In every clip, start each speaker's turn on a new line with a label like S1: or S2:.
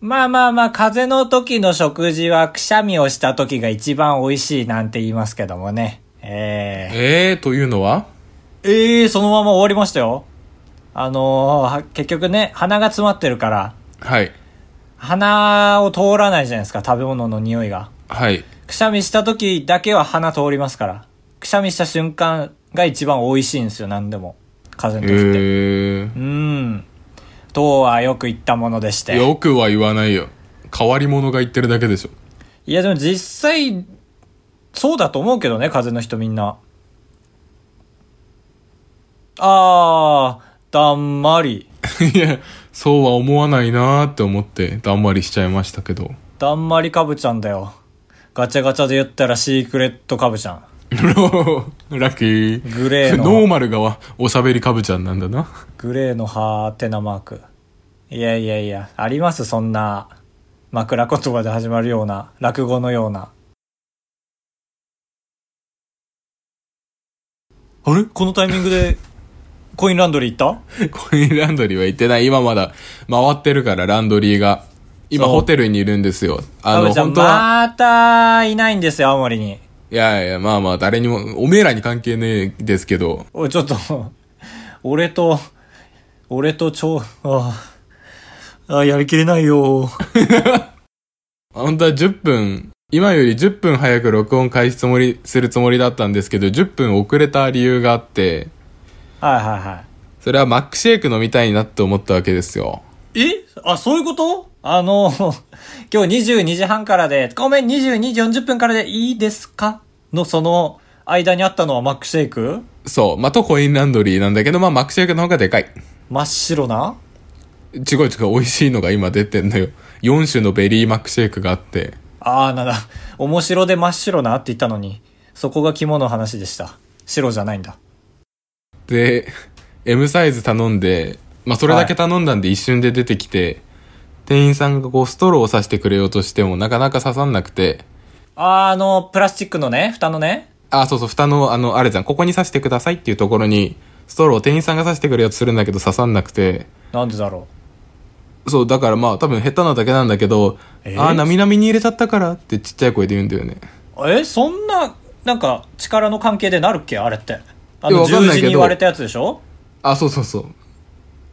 S1: まあまあまあ、風邪の時の食事はくしゃみをした時が一番美味しいなんて言いますけどもね。えー、
S2: えー、というのは
S1: ええー、そのまま終わりましたよ。あのーは結局ね、鼻が詰まってるから、
S2: はい。
S1: 鼻を通らないじゃないですか、食べ物の匂いが。
S2: はい。
S1: くしゃみした時だけは鼻通りますから。くしゃみした瞬間が一番美味しいんですよ、何でも。風
S2: え
S1: 邪の時って。
S2: ー
S1: う。ーん。とはよく言ったものでして。
S2: よくは言わないよ。変わり者が言ってるだけでしょ。
S1: いやでも実際、そうだと思うけどね、風の人みんな。あー、だんまり。
S2: いや、そうは思わないなーって思って、だんまりしちゃいましたけど。
S1: だんまりかぶちゃんだよ。ガチャガチャで言ったらシークレットかぶちゃん。
S2: ラッキー。
S1: グレー
S2: ノー
S1: の、
S2: マルがわおしゃべりかぶちゃんなんだな。
S1: グレーのハーテナマーク。いやいやいや、ありますそんな、枕言葉で始まるような、落語のような。あれこのタイミングで、コインランドリー行った
S2: コインランドリーは行ってない。今まだ回ってるから、ランドリーが。今、
S1: そう
S2: ホテルにいるんですよ。あ
S1: かぶ
S2: の、
S1: ちゃん
S2: 本当は。
S1: またいないんですよ、青森に。
S2: いやいや、まあまあ、誰にも、おめえらに関係ねえですけど。
S1: おい、ちょっと、 俺と、俺と超、ああ、あやりきれないよ。
S2: 本当は10分、今より10分早く録音開始つもり、するつもりだったんですけど、10分遅れた理由があって、
S1: はいはいは
S2: それはマックシェイク飲みたいなって思ったわけですよ。
S1: い。えあ、そういうことあの、今日22時半からで、ごめん、22時40分からでいいですかのその間にあったのはマックシェイク
S2: そう。まあ、とコインランドリーなんだけど、まあ、マックシェイクの方がでかい。
S1: 真っ白な
S2: 違う違う、美味しいのが今出てんのよ。4種のベリーマックシェイクがあって。
S1: ああ、なんだ。面白で真っ白なって言ったのに、そこが肝の話でした。白じゃないんだ。
S2: で、M サイズ頼んで、まあ、それだけ頼んだんで一瞬で出てきて、店員さんがこうストローを刺してくれようとしてもなかなか刺さんなくて、
S1: あーあの、プラスチックのね、蓋のね。
S2: あ、そうそう、蓋の、あの、あれじゃん、ここに刺してくださいっていうところに、ストローを店員さんが刺してくれようとするんだけど刺さんなくて、
S1: なんでだろ
S2: そう、だからまあ多分下手なだけなんだけど、
S1: えー
S2: あー、なみなみに入れちゃったからってちっちゃい声で言うんだよね。
S1: う。え、そんな、なんか、力の関係でなるっけあれって。あ
S2: いや
S1: の、
S2: わかん
S1: 十
S2: な
S1: 字
S2: いけど
S1: に言われたやつでしょ
S2: あ、そうそうそう。い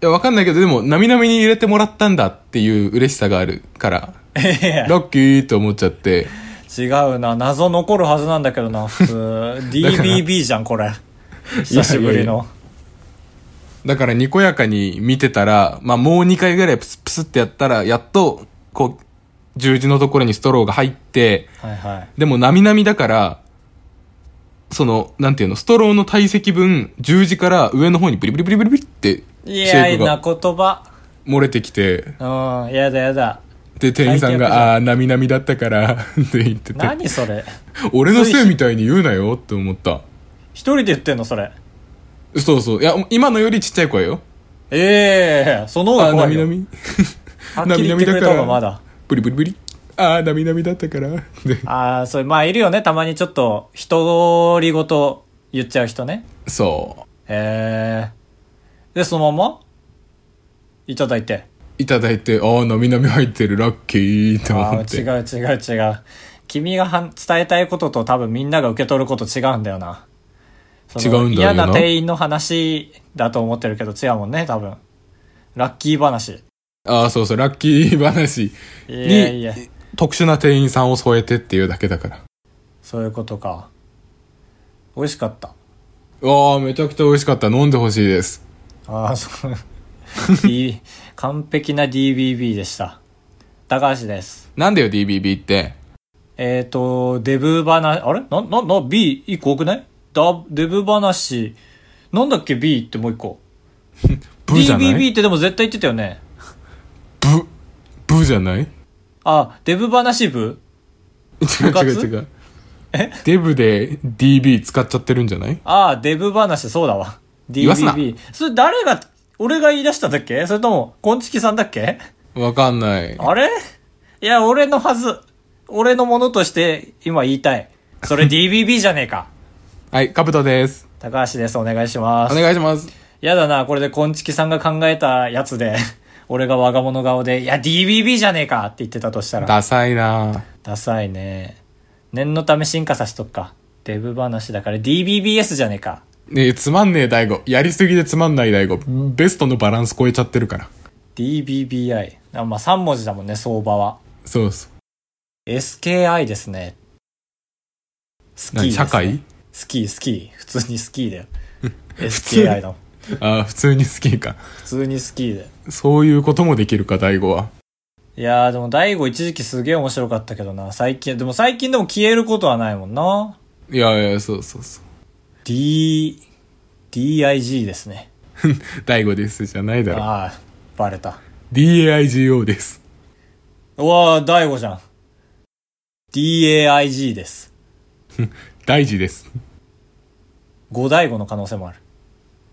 S2: や、わかんないけど、でも、なみなみに入れてもらったんだっていう嬉しさがあるから、
S1: いやいや
S2: ラッキーって思っちゃって、
S1: 違うな。謎残るはずなんだけどな、 普通。DBB じゃん、これ。久しぶりの。
S2: だからにこやかに見てたら、まあ、もう2回ぐらいプスプスってやったら、やっと、こう、十字のところにストローが入って、
S1: はいはい。
S2: でも、なみなみだから、その、なんていうの、ストローの体積分、十字から上の方にブリブリブリブリブリって、
S1: い
S2: シェ
S1: や
S2: イ
S1: い
S2: ク
S1: な
S2: が
S1: 言葉。
S2: 漏れてきて、
S1: うん、やだやだ。
S2: で、店員さん
S1: 最低だ
S2: が、あー、なみなみだったから、 って言ってて。
S1: 何それ。
S2: 俺のせいみたいに言うなよって思った。
S1: 一人で言ってんの、それ。
S2: そうそう。いや、今のよりちっちゃい声よ。
S1: ええその方
S2: あ
S1: が
S2: ー、な
S1: 怖
S2: み
S1: い
S2: な
S1: よ。
S2: み。
S1: はっきり言ってくれた 方がまだ。
S2: ブリブリブリ。あー、なみなみだったから。で
S1: ああ、それ、まあ、いるよね。たまにちょっと、独り言言っちゃう人ね。
S2: そ
S1: へえ。で、そのままいただいて。
S2: う。いただいて、あー、なみなみ入ってる、ラッキーって
S1: あ
S2: 思
S1: あ、
S2: っ
S1: 違
S2: て。
S1: う違う違う。君がはん伝えたいことと多分みんなが受け取ること違うんだよな。その
S2: 違うんだよな
S1: 嫌な店員の話だと思ってるけど違うもんね、多分。ラッキー話。
S2: あー、そうそう、ラッキー話
S1: い
S2: に、
S1: やいや、
S2: 特殊な店員さんを添えてっていうだけだから。
S1: そういうことか。美味しかった。
S2: うわー、めちゃくちゃ美味しかった。飲んでほしいです。
S1: ああ、 そう。D- 完璧な DBB でした。高橋です。
S2: なんだよ、DBB って。
S1: えっ、ー、と、デブ話、あれな、な、な、B、一個多くないだ、デブ話、なんだっけ B ってもう一個。
S2: ブじゃない
S1: DBB ってでも絶対言ってたよね。
S2: ブ、ブじゃない
S1: あ、デブ話部
S2: 違う
S1: 活
S2: 違う違う。えデブで DB 使っちゃってるんじゃない
S1: あ、デブ話、そうだわ。
S2: 言わすな
S1: DBB。それ誰が、俺が言い出したんだっけそれとも、こんちきさんだっけ
S2: わかんない。
S1: あれいや、俺のはず。俺のものとして、今言いたい。それ DBB じゃねえか。
S2: はい、カブトです。
S1: 高橋です。お願いしま
S2: お
S1: す。
S2: 願いします。
S1: やだな、これでこんちきさんが考えたやつで、 俺が我が物顔で、いや、DBB じゃねえかって言ってたとしたら。
S2: ダサいな
S1: ダサいね。念のため進化させとくか。デブ話だから DBBS じゃねえか。
S2: ねえ、つまんねえ、大悟。やりすぎでつまんない、大悟。ベストのバランス超えちゃってるから。
S1: DBBI。あまあ3文字だもんね、相場は。
S2: そうそう。
S1: SKI ですね。スキー、
S2: 何社会
S1: スキー、スキー。普通にスキーだよ。SKI だもん。
S2: ああ、普通に好きか。
S1: 普通にスキーだよ。
S2: そういうこともできるか、大悟は。
S1: いやーでも大悟一時期すげえ面白かったけどな。最近、でも最近でも消えることはないもんな。
S2: いやいや、そうそうそう。
S1: D、DIG ですね。
S2: 大悟ですじゃないだろ。
S1: ああ、バレた。
S2: DAIGO です。
S1: うわあ、大悟じゃん。DAIG です。
S2: 大事です。
S1: 五大悟の可能性もある。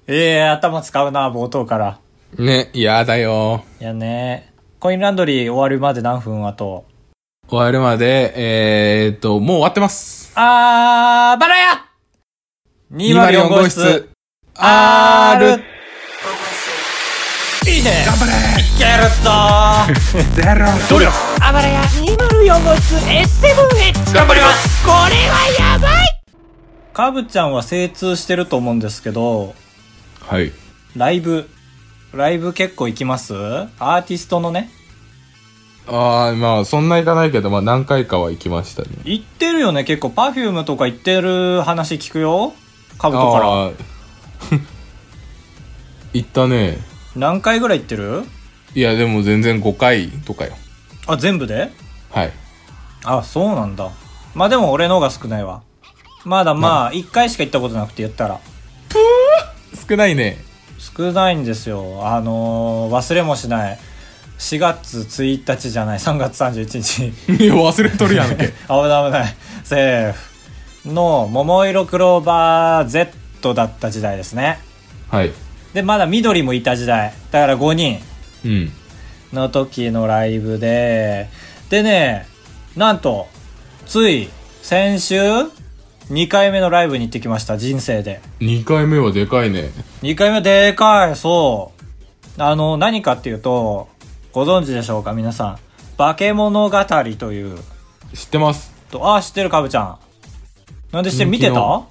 S1: ええ頭使うな、冒頭から。
S2: ね、やだよ。
S1: いやねコインランドリー終わるまで何分後
S2: 終わるまで、えー、っと、もう終わってます。
S1: あー、バラや !204 号室、
S2: R!
S1: R! いいね
S2: 頑張れ
S1: いけるぞ
S2: ゼロ努力
S1: ーあばらや204号室 S7H!
S2: 頑張ります
S1: これはやばいかぶちゃんは精通してると思うんですけど、
S2: はい。
S1: ライブ、ライブ結構行きますアーティストのね。
S2: ああ、まあ、そんな行かないけど、まあ、何回かは行きましたね。
S1: 行ってるよね、結構。パフュームとか行ってる話聞くよ。カブトから。
S2: ああー、行ったね。
S1: 何回ぐらい行ってる
S2: いや、でも全然5回とかよ。
S1: あ、全部で
S2: はい。
S1: あ、そうなんだ。まあでも俺の方が少ないわ。まだまあ、1回しか行ったことなくて言ったら。
S2: 少ないね。
S1: 少ないんですよ。あのー、忘れもしない。4月1日じゃない、3月31日。
S2: いや、忘れとるやん け。
S1: 危ない危ない。セーフ。の、桃色クローバー Z だった時代ですね。
S2: はい。
S1: で、まだ緑もいた時代。だから5人
S2: うん。
S1: の時のライブで、でね、なんと、つい、先週、2回目のライブに行ってきました、人生で。
S2: 2回目はでかいね。
S1: 2回目でかい、そう。あの、何かっていうと、ご存知でしょうか、皆さん。化け物語という、
S2: 知ってます。
S1: と、あ、知ってる、かぶちゃん。なんで知ってる見て
S2: 人気
S1: た
S2: の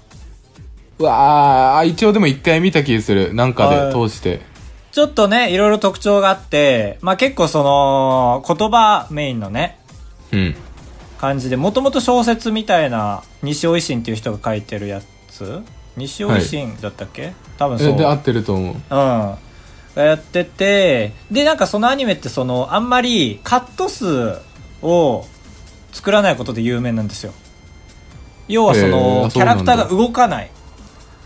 S2: うわあ、一応でも1回見た気する。なんかで
S1: はい
S2: 通して。
S1: ちょっとね、いろいろ特徴があって、まあ結構その、言葉メインのね、
S2: うん。
S1: 感じで、もともと小説みたいな、西尾維新っていう人が書いてるやつ西尾維新だったっけ、多分そう。
S2: えで合ってると思
S1: う
S2: う。
S1: ん。やってて、で、なんかそのアニメってその、あんまりカット数を作らないことで有名なんですよ。要はそ
S2: へ
S1: の、
S2: ー
S1: キャラクターが
S2: そ
S1: 動かない。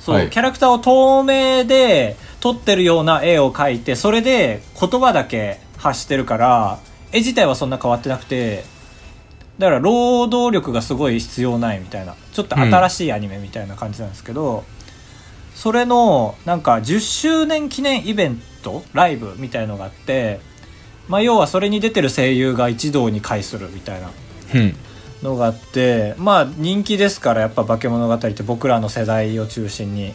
S1: そう、
S2: はい
S1: キャラクターを透明で撮ってるような絵を描いて、それで言葉だけ発してるから、絵自体はそんな変わってなくて、だから労働力がすごい必要ないみたいな、ちょっと新しいアニメみたいな感じなんですけど、それのなんか10周年記念イベントライブみたいのがあって、まあ、要はそれに出てる声優が一堂に会するみたいな
S2: うん。
S1: のがあってまあ人気ですからやっぱ「化け物語」って僕らの世代を中心に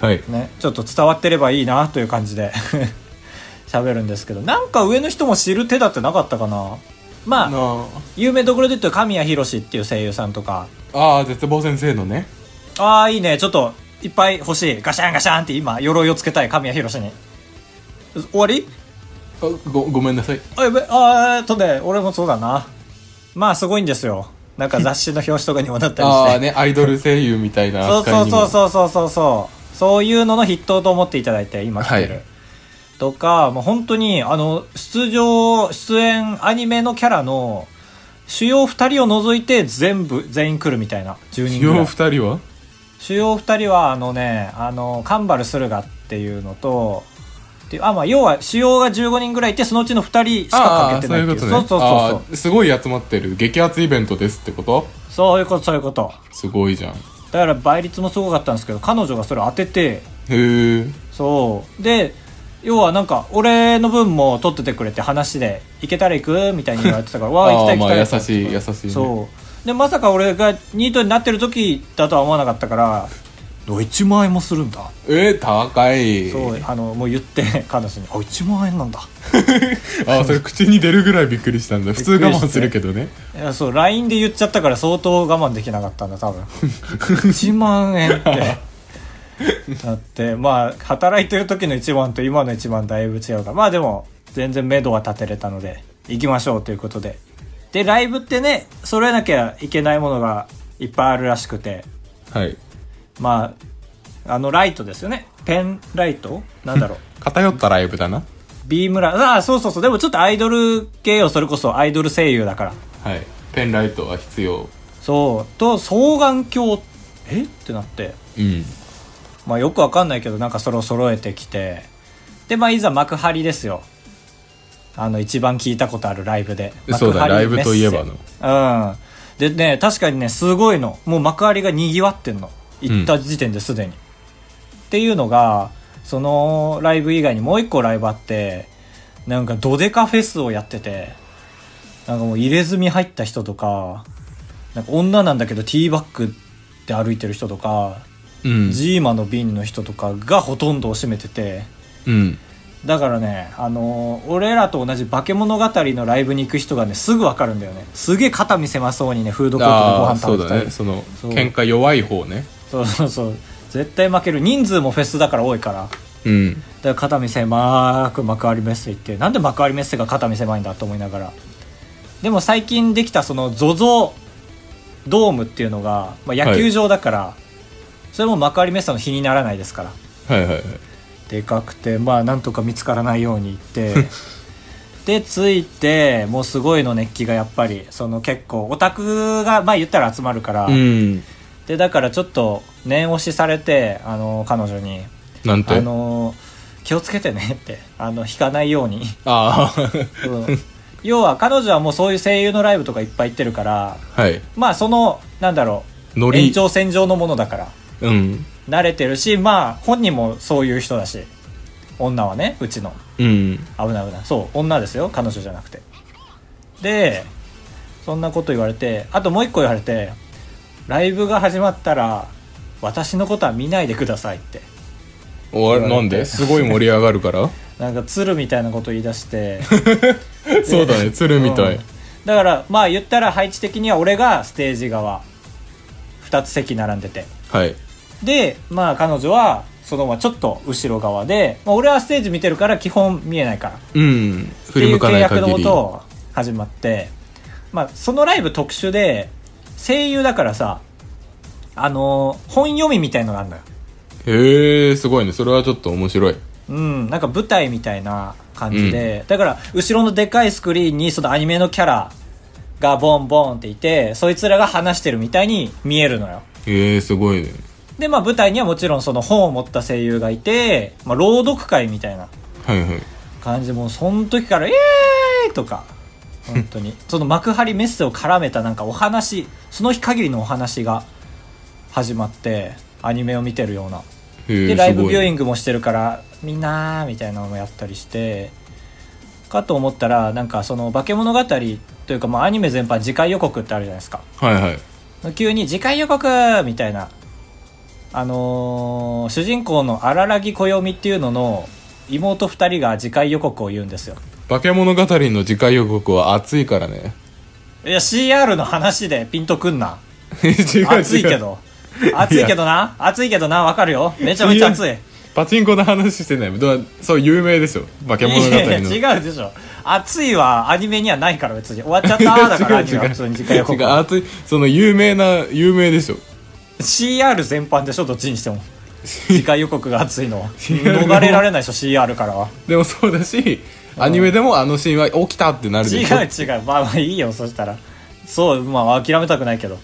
S2: はい。
S1: ねちょっと伝わってればいいなという感じで 喋るんですけどなんか上の人も知る手だってなかったかなまあ
S2: あ
S1: 有名どころで言うと神谷浩史っていう声優さんとか
S2: あー、絶望先生のね。
S1: ああいいねちょっといっぱい欲しいガシャンガシャンって今鎧をつけたい神谷浩史に終わり
S2: あご、ごめんなさい。
S1: あ、やべ、あーとね、俺もそうだな。まあ、すごいんですよ。なんか雑誌の表紙とかにもなったりし
S2: ああ
S1: て。
S2: ね、アイドル声優みたいな
S1: そう
S2: 扱
S1: そ
S2: いうに
S1: そ
S2: も。
S1: うそうそうそうそう。そういうのの筆頭と思っていただいて、今来てる。
S2: はい
S1: とか、もう本当に、あの、出場、出演、アニメのキャラの、主要2人を除いて全部、全員来るみたいな。10人ぐらい
S2: よ。
S1: う
S2: 二人は
S1: 主要2人はあのねあのカンバルスルガっていうのとであ、まあ、要は主要が15人ぐらいいてそのうちの2人しかかけてないっていう
S2: あーそういうこ
S1: そうそうそう
S2: とね。
S1: そう
S2: あーすごい集まってる。激アツイベントですってこと
S1: そういうことそういうこと
S2: すごいじゃん。
S1: だから倍率もすごかったんですけど彼女がそれを当てて
S2: へえ。
S1: そうで要はなんか俺の分も取っててくれて話で「行けたら行く?」みたいに言われて たから「わあ行きた
S2: ああ、
S1: い行
S2: ま
S1: き
S2: あ、
S1: たい」
S2: 優しい、優しいね。
S1: そうでまさか俺がニートになってる時だとは思わなかったからあ1万円もするんだ、
S2: えー、高い。
S1: そうあのもう言って彼女に「あ1万円なんだ」
S2: あ、それ口に出るぐらいびっくりしたんだ。普通
S1: びっくりし
S2: 我
S1: て
S2: 慢するけどね。
S1: いやそう LINE で言っちゃったから相当我慢できなかったんだ多分 1万円ってだってまあ働いてる時の1万と今の1万だいぶ違うからまあでも全然目処は立てれたので行きましょうということででライブってね揃えなきゃいけないものがいっぱいあるらしくて
S2: はい。
S1: まああのライトですよねペンライトなんだろう
S2: 偏ったライブだな。
S1: ビームラああそうそうそうでもちょっとアイドル系よそれこそアイドル声優だから
S2: はい。ペンライトは必要。
S1: そうと双眼鏡えってなって
S2: うん。
S1: まあよくわかんないけどなんかそれを揃えてきてでまあいざ幕張ですよあの一番聞いたことあるライブで
S2: そう
S1: 幕
S2: だ
S1: 張
S2: ライブといえばの
S1: メッセうんでね確かにねすごいのもう幕張がにぎわってんの行った時点ですでに、っていうのがそのライブ以外にもう一個ライブあってなんかドデカフェスをやっててなんかもう入れ墨入った人とかなんか女なんだけどティーバッグで歩いてる人とか
S2: うん。
S1: ジーマの瓶の人とかがほとんどを占めてて
S2: うん。
S1: だからねあのー俺らと同じ化け物語のライブに行く人がねすぐ分かるんだよねすげえ肩見せまそうにねフードコートでご
S2: ああー、
S1: 飯
S2: そ
S1: 食
S2: う
S1: べてた
S2: だ
S1: り
S2: ね。その、
S1: そう
S2: 喧嘩弱い方ね。
S1: そうそうそう絶対負ける人数もフェスだから多いからだか
S2: うん。
S1: ら肩見せまーく幕張メッセ行ってなんで幕張メッセが肩見せまいんだと思いながらでも最近できたその ZOZO ドームっていうのが、まあ、野球場だから、それも幕張メッセの日にならないですから
S2: はいはいはい。
S1: でかくてまあなんとか見つからないように行って で着いてもうすごいの熱気がやっぱりその結構オタクがまあ言ったら集まるから、
S2: うん。
S1: でだからちょっと念押しされてあの彼女に
S2: な
S1: 「
S2: ん
S1: あ
S2: て
S1: の気をつけてね」ってあの引かないように
S2: ああ、
S1: うん要は彼女はもうそういう声優のライブとかいっぱい行ってるから
S2: はい。
S1: まあそのなんだろ
S2: ノ
S1: う
S2: リ
S1: 延。長線上のものだから
S2: うん。
S1: 慣れてるしまあ本人もそういう人だし女はねうちの。
S2: うん。
S1: 危ない危ないそう女ですよ彼女じゃなくてでそんなこと言われてあともう一個言われてライブが始まったら私のことは見ないでくださいって
S2: お
S1: 言われて
S2: なんですごい盛り上がるから
S1: なんか鶴みたいなこと言い出して
S2: そうだね鶴みたい、
S1: うんだからまあ言ったら配置的には俺がステージ側2つ席並んでて
S2: はい
S1: でまあ彼女はそのままちょっと後ろ側で、まあ、俺はステージ見てるから基本見えないから
S2: うん振り向か
S1: って
S2: ないいう
S1: 契約の
S2: 限
S1: も
S2: り
S1: と始まって、まあ、そのライブ特殊で声優だからさあのー本読みみたいのがあるのよ
S2: へえすごいねそれはちょっと面白い
S1: うんなんか舞台みたいな感じで、だから後ろのでかいスクリーンにそのアニメのキャラがボンボンっていてそいつらが話してるみたいに見えるのよ
S2: へえすごいね
S1: でまあ舞台にはもちろんその本を持った声優がいて、まあ、朗読会みたいな
S2: はいはい
S1: 感じでもうその時から「イエーイ!」とか本当 にその幕張メッセを絡めたなんかお話その日限りのお話が始まってアニメを見てるような
S2: へ
S1: で
S2: え
S1: ライ
S2: す
S1: ブ
S2: ご
S1: ビューイ
S2: い
S1: ングもしてるからみんなーみたいなのもやったりしてかと思ったらなんかその「化け物語」というかまあアニメ全般次回予告ってあるじゃないですか
S2: はいはい
S1: 急に次回予告みたいな、あのー主人公の荒木暦っていうのの妹二人が次回予告を言うんですよ。
S2: 化け物語の次回予告は熱いからね
S1: いや、CR の話でピンとくんな。
S2: 違う違う
S1: 熱いけど。熱いけどな。熱いけどな。わかるよ。めちゃめちゃ熱い。
S2: パチンコの話してないどうそう有名ですよ化け物語
S1: いや
S2: の
S1: いや違うでしょ。熱いはアニメにはないから別に。終わっちゃったーだからアニメは普通に次回予
S2: 違
S1: 告
S2: う。熱いその有名な有名でしょ
S1: CR 全般でしょ、どっちにしても。次回予告が熱いのは。逃れられないでしょ、CR からは。
S2: でもそうだしアニメでもあのシーンは起きたってなる
S1: 違
S2: で
S1: う
S2: しょ
S1: 違うまあまあいいよそしたらそうまあ諦めたくないけど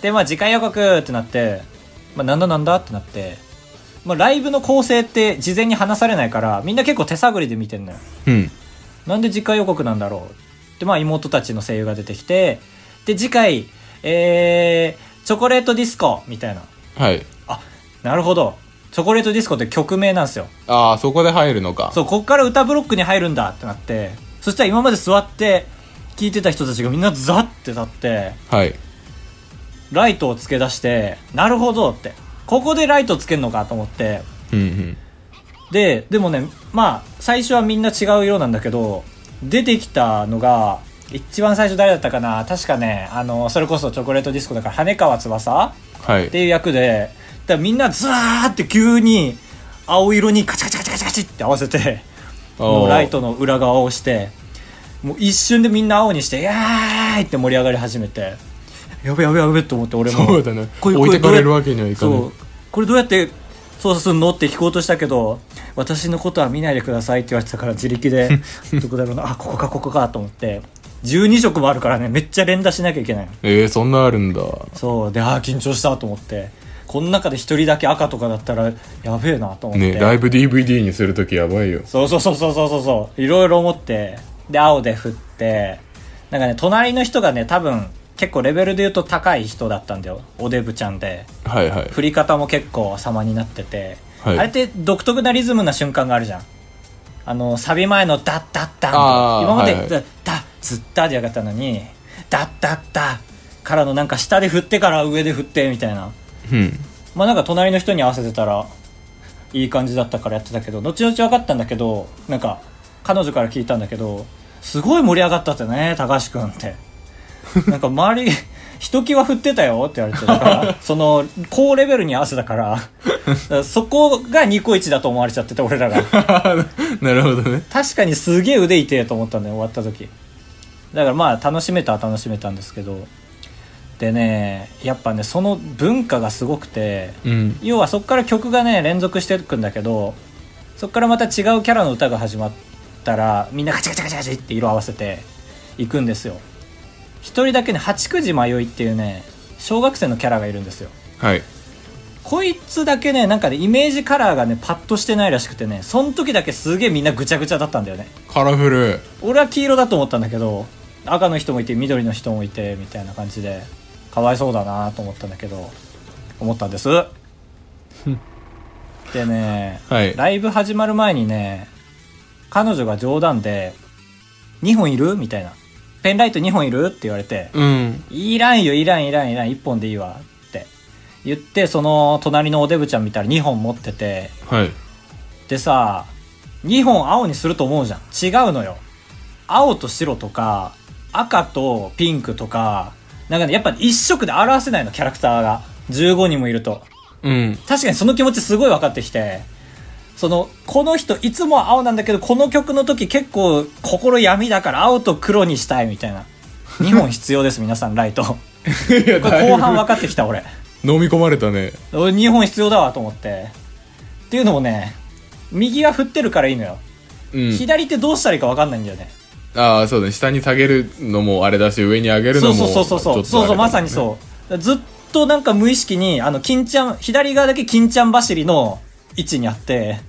S1: でまあ次回予告ってなって、まあ、なんだなんだってなって、まあ、ライブの構成って事前に話されないからみんな結構手探りで見てんのよ
S2: うん
S1: なんで次回予告なんだろうでまあ妹たちの声優が出てきてで次回えー、チョコレートディスコみたいな
S2: はい
S1: あなるほどチョコレートディスコって曲名なんですよ
S2: ああそこで入るのか
S1: そう、こっから歌ブロックに入るんだってなって、そしたら今まで座って聞いてた人たちがみんなザッて立って、
S2: はい
S1: ライトをつけ出して、なるほどって。ここでライトつけるのかと思って
S2: うんうん
S1: ででもねまあ最初はみんな違う色なんだけど出てきたのが一番最初誰だったかな確かねあのそれこそチョコレートディスコだから羽川翼
S2: はい
S1: っていう役でだからみんなザーって急に青色にカチャカチャカチャカチャカチャって合わせてもうライトの裏側を押してもう一瞬でみんな青にして「やーい!」って盛り上がり始めてやべやべやべと思って俺も
S2: そうだね
S1: これ
S2: 置いて
S1: こ
S2: か
S1: れ
S2: れるわけにはいかな
S1: そ
S2: いう
S1: これどうやって操作するのって聞こうとしたけど私のことは見ないでくださいって言われてたから自力で どこだろうなあここかここかと思って12色もあるからねめっちゃ連打しなきゃいけないの
S2: えー、そんなあるんだ
S1: そうでああ緊張したと思ってこの中で一人だけ赤とかだったらやべえなと思って、
S2: ねライブ DVD にするときやばいよ
S1: そうそうそうそうそうそうそういろいろ思ってで青で振ってなんかね隣の人がね多分結構レベルで言うと高い人だったんだよおデブちゃんで
S2: はいはい
S1: 振り方も結構様になってて、
S2: はい
S1: あれって独特なリズムな瞬間があるじゃんあのサビ前の「ダッダッダンと
S2: あ
S1: か」
S2: ー
S1: 今まで
S2: はいは
S1: 「
S2: い
S1: ダッダッズッダ」でやがったのに「ダッダッダ」からのなんか下で振ってから上で振ってみたいな
S2: うん
S1: まあなんか隣の人に合わせてたらいい感じだったからやってたけど後々分かったんだけどなんか彼女から聞いたんだけどすごい盛り上がったってね高橋君ってなんか周りひときわ振ってたよって言われてだからその高レベルに合わせたからだからそこがニコイチだと思われちゃってて俺らが
S2: なるほどね
S1: 確かにすげえ腕痛えと思ったんだよ終わった時だからまあ楽しめたは楽しめたんですけどでねやっぱねその文化がすごくて
S2: うん
S1: 要はそこから曲がね連続してくんだけどそこからまた違うキャラの歌が始まったらみんなカチャカチャカチャカチャって色合わせていくんですよ一人だけね八九時迷いっていうね小学生のキャラがいるんですよ
S2: はい
S1: こいつだけねなんかねイメージカラーがねパッとしてないらしくてねその時だけすげえみんなぐちゃぐちゃだったんだよね
S2: カラフル
S1: 俺は黄色だと思ったんだけど赤の人もいて緑の人もいてみたいな感じでかわいそうだなと思ったんだけど思ったんですでね、
S2: はい
S1: ライブ始まる前にね彼女が冗談で「2本いる?」みたいな「ペンライト2本いる?」って言われて
S2: うん
S1: いらんよ、いらん、いらん、いらん、1本でいいわって言って、その隣のおデブちゃん見たら2本持ってて、
S2: はい
S1: でさ、2本青にすると思うじゃん。違うのよ。青と白とか、赤とピンクとか、なんかね、やっぱ一色で表せないの、キャラクターが。15人もいると。
S2: うん
S1: 確かにその気持ちすごい分かってきて、その、この人いつもは青なんだけど、この曲の時結構心闇だから青と黒にしたいみたいな。2本必要です、皆さん、ライト。
S2: いや
S1: こ
S2: だい
S1: れ
S2: ぶ
S1: 後半分かってきた俺
S2: 飲み込まれたね
S1: 俺2本必要だわと思ってっていうのもね右が振ってるからいいのよ、
S2: うん
S1: 左ってどうしたらいいか分かんないんだよね
S2: ああそうだね下に下げるのもあれだし上に上げる
S1: そ
S2: の
S1: う
S2: も
S1: そうそうそうそうそうそうまさにそうずっとなんか無意識にあの金ちゃん左側だけ金ちゃん走りの位置にあって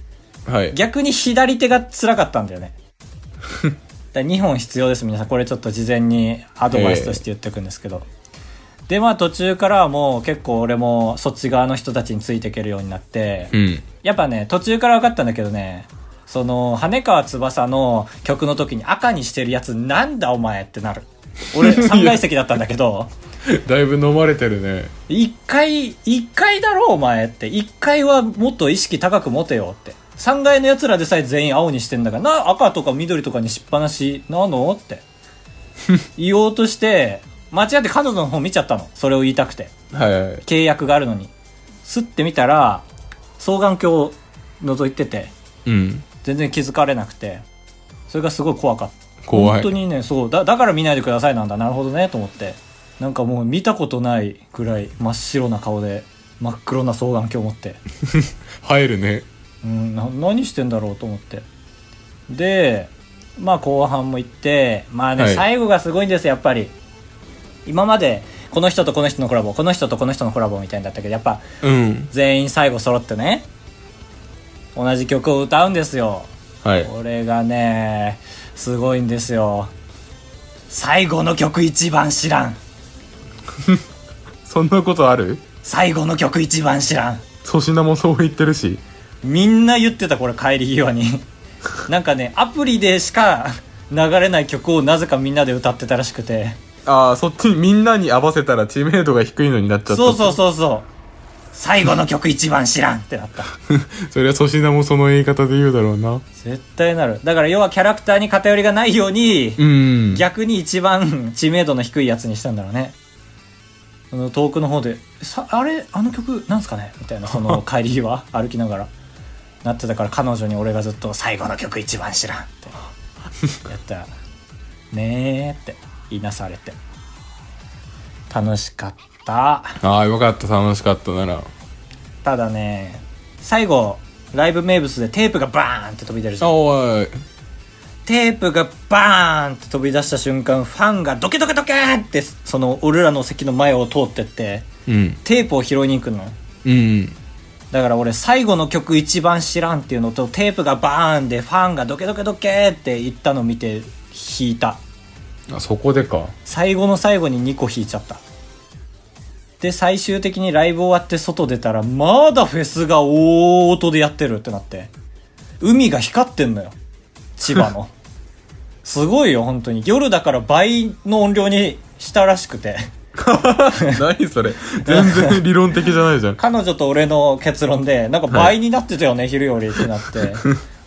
S2: うはい
S1: 逆に左手が辛かったんだよ ねだ2本必要です皆さんこれちょっと事前にアドバイスとして言っておくんですけど、でまあ途中からはもう結構俺もそっち側の人たちについていけるようになって、
S2: うん
S1: やっぱね途中から分かったんだけどねその羽川翼の曲の時に赤にしてるやつなんだお前ってなる俺3階席だったんだけど
S2: だいぶ飲まれてるね
S1: 1階1階だろお前って1階はもっと意識高く持てよって3階のやつらでさえ全員青にしてんだからな赤とか緑とかにしっぱなしなのって言おうとして間違って彼女の方見ちゃったのそれを言いたくて
S2: はいはい
S1: 契約があるのにすってみたら双眼鏡を覗いてて
S2: うん
S1: 全然気づかれなくてそれがすごい怖かった
S2: 怖い
S1: 本当にねそうだだから見ないでくださいなんだなるほどねと思ってなんかもう見たことないぐらい真っ白な顔で真っ黒な双眼鏡を持って
S2: 入るね
S1: うんな何してんだろうと思ってでまあ後半も行ってまあね、
S2: はい
S1: 最後がすごいんですやっぱり今までこの人とこの人のコラボこの人とこの人のコラボみたいになったけどやっぱ
S2: うん
S1: 全員最後揃ってね同じ曲を歌うんですよ
S2: はい
S1: これがねすごいんですよ最後の曲一番知らん
S2: そんなことある
S1: 最後の曲一番知らん
S2: 粗品もそう言ってるし
S1: みんな言ってたこれ帰り際 になんかねアプリでしか流れない曲をなぜかみんなで歌ってたらしくて
S2: ああそっちみんなに合わせたら知名度が低いのになっちゃった
S1: そうそうそうそう最後の曲一番知らんってな った。
S2: それは粗品もその言い方で言うだろうな
S1: 絶対なる。だから要はキャラクターに偏りがないように、
S2: うん
S1: 逆に一番 知名度の低いやつにしたんだろうね。あの遠くの方で、さあれあの曲なんすかねみたいな、そ の帰り際、歩きながら。なってたから彼女に俺がずっと最後の曲一番知らんっ て。やったら、ねーって言いなされて。楽しかった。
S2: ああよかった楽しかったなら
S1: ただね、最後、ライブ名物でテープがバーンって飛び出るじゃん。
S2: おい
S1: テープがバーンって飛び出した瞬間ファンがドケドケドケーってその俺らの席の前を通ってって
S2: うん
S1: テープを拾いに行くの
S2: うん
S1: だから俺最後の曲一番知らんっていうのとテープがバーンでファンがドケドケドケーって言ったのを見て引いた
S2: あそこでか
S1: 最後の最後に2個引いちゃったで最終的にライブ終わって外出たらまだフェスが大音でやってるってなって海が光ってんのよ千葉のすごいよ本当に夜だから倍の音量にしたらしくて
S2: 何それ全然理論的じゃないじゃん
S1: 彼女と俺の結論でなんか倍になってたよね、昼よりってなって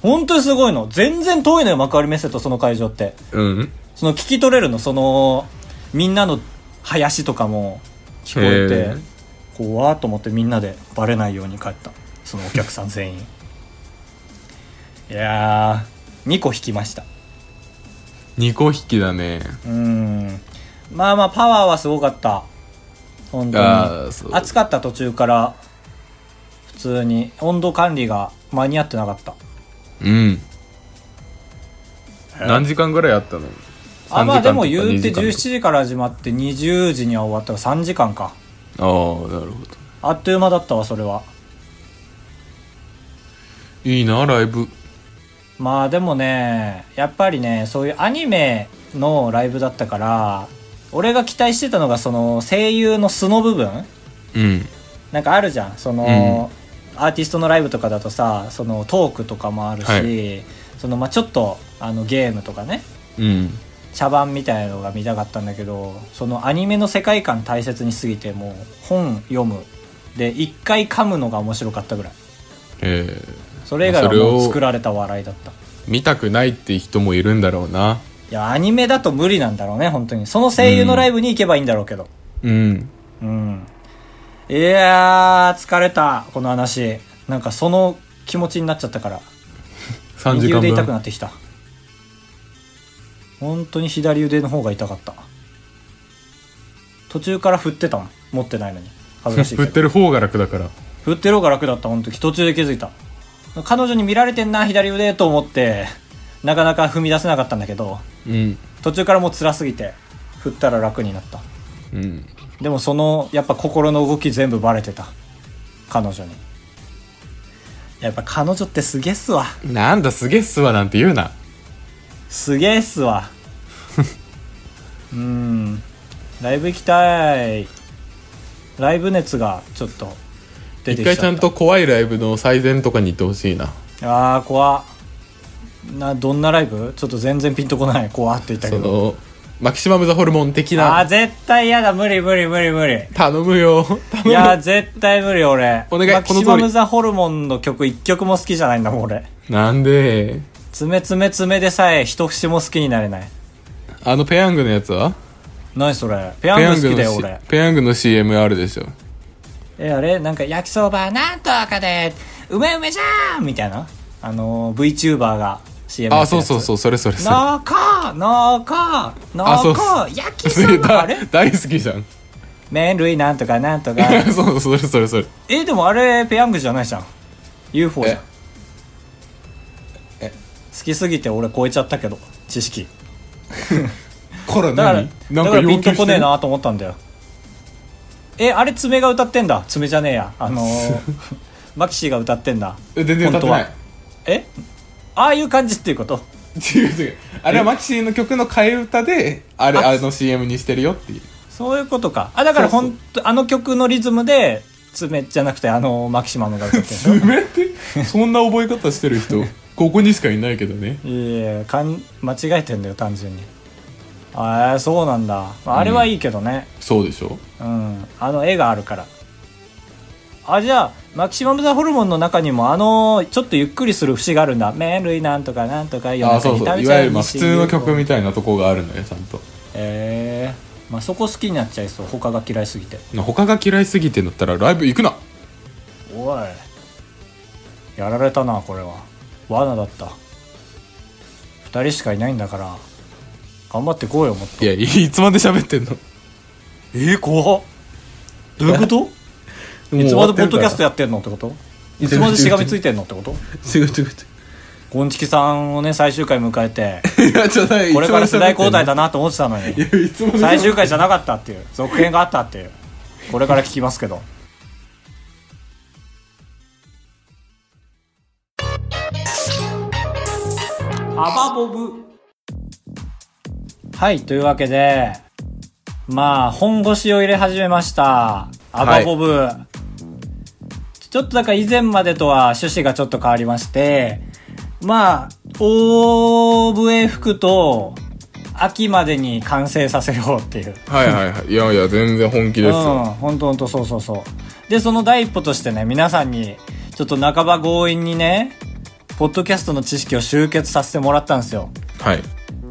S1: 本当にすごいの全然遠いのよ幕張メッセとその会場って
S2: うん
S1: その聞き取れるのそのみんなの林とかも聞こえ
S2: へ
S1: て
S2: ー
S1: こうわーっと思ってみんなでバレないように帰ったそのお客さん全員いやー2個引きました
S2: 2個引きだね
S1: うーんまあまあパワーはすごかった本
S2: あ
S1: 当
S2: ーそう
S1: に暑かった途中から普通に温度管理が間に合ってなかった
S2: うん何時間ぐらいあったの
S1: あまあでも
S2: 3時間
S1: 言
S2: とか
S1: うて
S2: 2時間とか
S1: 17時から始まって20時には終わったから3時間か
S2: ああなるほど
S1: あっという間だったわそれはい
S2: いなライブ
S1: まあでもねやっぱりねそういうアニメのライブだったから俺が期待してたのがその声優の素の部分
S2: うん
S1: なんかあるじゃんその、アーティストのライブとかだとさそのトークとかもあるし、
S2: は
S1: そのまあちょっとあのゲームとかね
S2: うん
S1: 茶番みたいなのが見たかったんだけどそのアニメの世界観大切にすぎてもう本読むで一回噛むのが面白かったぐらい
S2: えー
S1: それ以外は
S2: それを
S1: もう作られた笑いだった
S2: 見たくないって人もいるんだろうない
S1: や、アニメだと無理なんだろうね、本当に。その声優のライブに行けばいいんだろうけど。
S2: うん
S1: うん。いやー、疲れた、この話。なんかその気持ちになっちゃったから。
S2: 3時
S1: 右
S2: 間
S1: 腕
S2: 分
S1: 痛くなってきた。本当に左腕の方が痛かった。途中から振ってたもん。持ってないのに。恥ずかしい け
S2: 振っ
S1: ど。
S2: てる方が楽だから
S1: 振ってる方が楽だった、本当に。途中で気づいた。彼女に見られてんな、左腕と思って、なかなか踏み出せなかったんだけど。
S2: うん
S1: 途中からもう辛すぎて振ったら楽になった
S2: うん
S1: でもそのやっぱ心の動き全部バレてた彼女にやっぱ彼女ってすげえっすわ
S2: なんだすげえっすわなんて言うな
S1: すげえっす わうんライブ行きたいライブ熱がちょっと出て
S2: 一
S1: きちゃ
S2: 回
S1: っ
S2: ちゃ
S1: た
S2: んと怖いライブの最善とかに行ってほしいな
S1: ああ怖っなどんなライブちょっと全然ピンとこない怖って言った
S2: そ
S1: けど
S2: のマキシマム・ザ・ホルモン的
S1: ああ
S2: な
S1: 絶対嫌だ無理無理無理無理
S2: 頼むよ頼む
S1: い やー、絶対無理俺。
S2: お願い
S1: マキシマ
S2: この通り
S1: ムザホルモンの曲一曲も好きじゃないんだもん俺。
S2: なんで
S1: 爪爪爪でさえ一節も好きになれない。
S2: あのペヤングのやつは
S1: 何それペヤング好きだよ
S2: の
S1: 俺
S2: C- ペヤングの CM あるでしょ
S1: え、あれなんか焼きそばなんとかで、うめうめじゃーんみたいな。あのー、VTuber が CM。
S2: あそうそうそううそれそれそれ
S1: 濃厚濃厚
S2: あ
S1: 濃
S2: そうそう
S1: 厚焼きそばあれ
S2: 大好きじゃん
S1: 麺類なんとかなんとか。
S2: そうそれそれそれ
S1: え、でもあれペヤングじゃないじゃん。UFO じゃん。
S2: え
S1: 好きすぎて俺超えちゃったけど、知識。
S2: から
S1: だから
S2: 何
S1: だ
S2: なん
S1: か
S2: から
S1: ピ
S2: 要
S1: ンと
S2: 求し
S1: こ
S2: て
S1: ねえ
S2: る
S1: なと思ったんだよえあれ爪が歌ってんだ爪じゃねえやあのー、 マキシーが歌ってんだ
S2: え全然歌ってない
S1: 本えああいう感じっていうこと
S2: 違う違うあれはマキシーの曲の替え歌であれ
S1: あ
S2: あの CM にしてるよっていう
S1: そういうことかあだから
S2: そう
S1: ほ
S2: そうん
S1: とあの曲のリズムで爪じゃなくてあのーマキシマムが歌って んだ
S2: 爪ってそんな覚え方してる人ここにしかいないけどね
S1: いやいやかん間違えてんだよ単純にああそうなんだまああれはいいけどね
S2: そうでしょ
S1: うん、あの絵があるからあ、じゃあ、マキシマム・ザ・ホルモンの中にも、あの、ちょっとゆっくりする節があるんだ。麺類なんとかなんとか夜
S2: あ
S1: 中
S2: そ
S1: に
S2: う
S1: 食べちゃ
S2: そうういわゆるまあ普
S1: 西
S2: 通の曲
S1: 流行
S2: みたいなとこがあるのよちゃんと
S1: ええまあそこ好きになっちゃいそう。他が嫌いすぎて。
S2: 他が嫌いすぎてんだったらライブ行くな
S1: おい。やられたな、これは。罠だった。二人しかいないんだから、頑張ってこうよ、もっと。
S2: いやいいつまで喋ってんの
S1: えー、怖っどういうこといつまでポッドキャストやってんのってこといつまでしがみついてんのってこと
S2: 違う違う違う
S1: ゴンチキさんをね最終回迎えて
S2: いやちょっと待って
S1: これから世代交代だ
S2: な
S1: なと思ってたのに
S2: いやいつまで
S1: 最終回じゃなかったっていう続編があったっていうこれから聞きますけどアバボブはいというわけでまあ本腰を入れ始めましたアバボブ、ちょっとだから以前までとは趣旨がちょっと変わりましてまあ大笛吹くと秋までに完成させようっていう
S2: はいはいはいいやいや全然本気ですよ
S1: うん、本当本当そうそうそう。で、その第一歩としてね、皆さんに、ちょっと半ば強引にね、ポッドキャストの知識を集結させてもらったんですよ。
S2: はい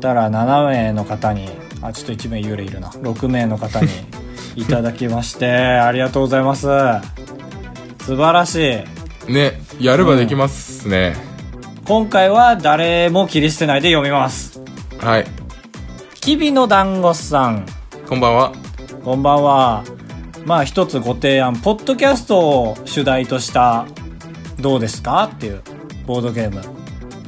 S1: だから7名の方に、あ、ちょっと1名幽霊いるな。6名の方にいただきまして、 ありがとうございます。素晴らしい。
S2: ねやればできますね
S1: 今回は誰も切り捨てないで読みます。
S2: はい
S1: 日々の団子さん。
S2: こんばんは
S1: こんばんは。まあ一つご提案、ポッドキャストを主題とした、どうですかっていうボードゲーム。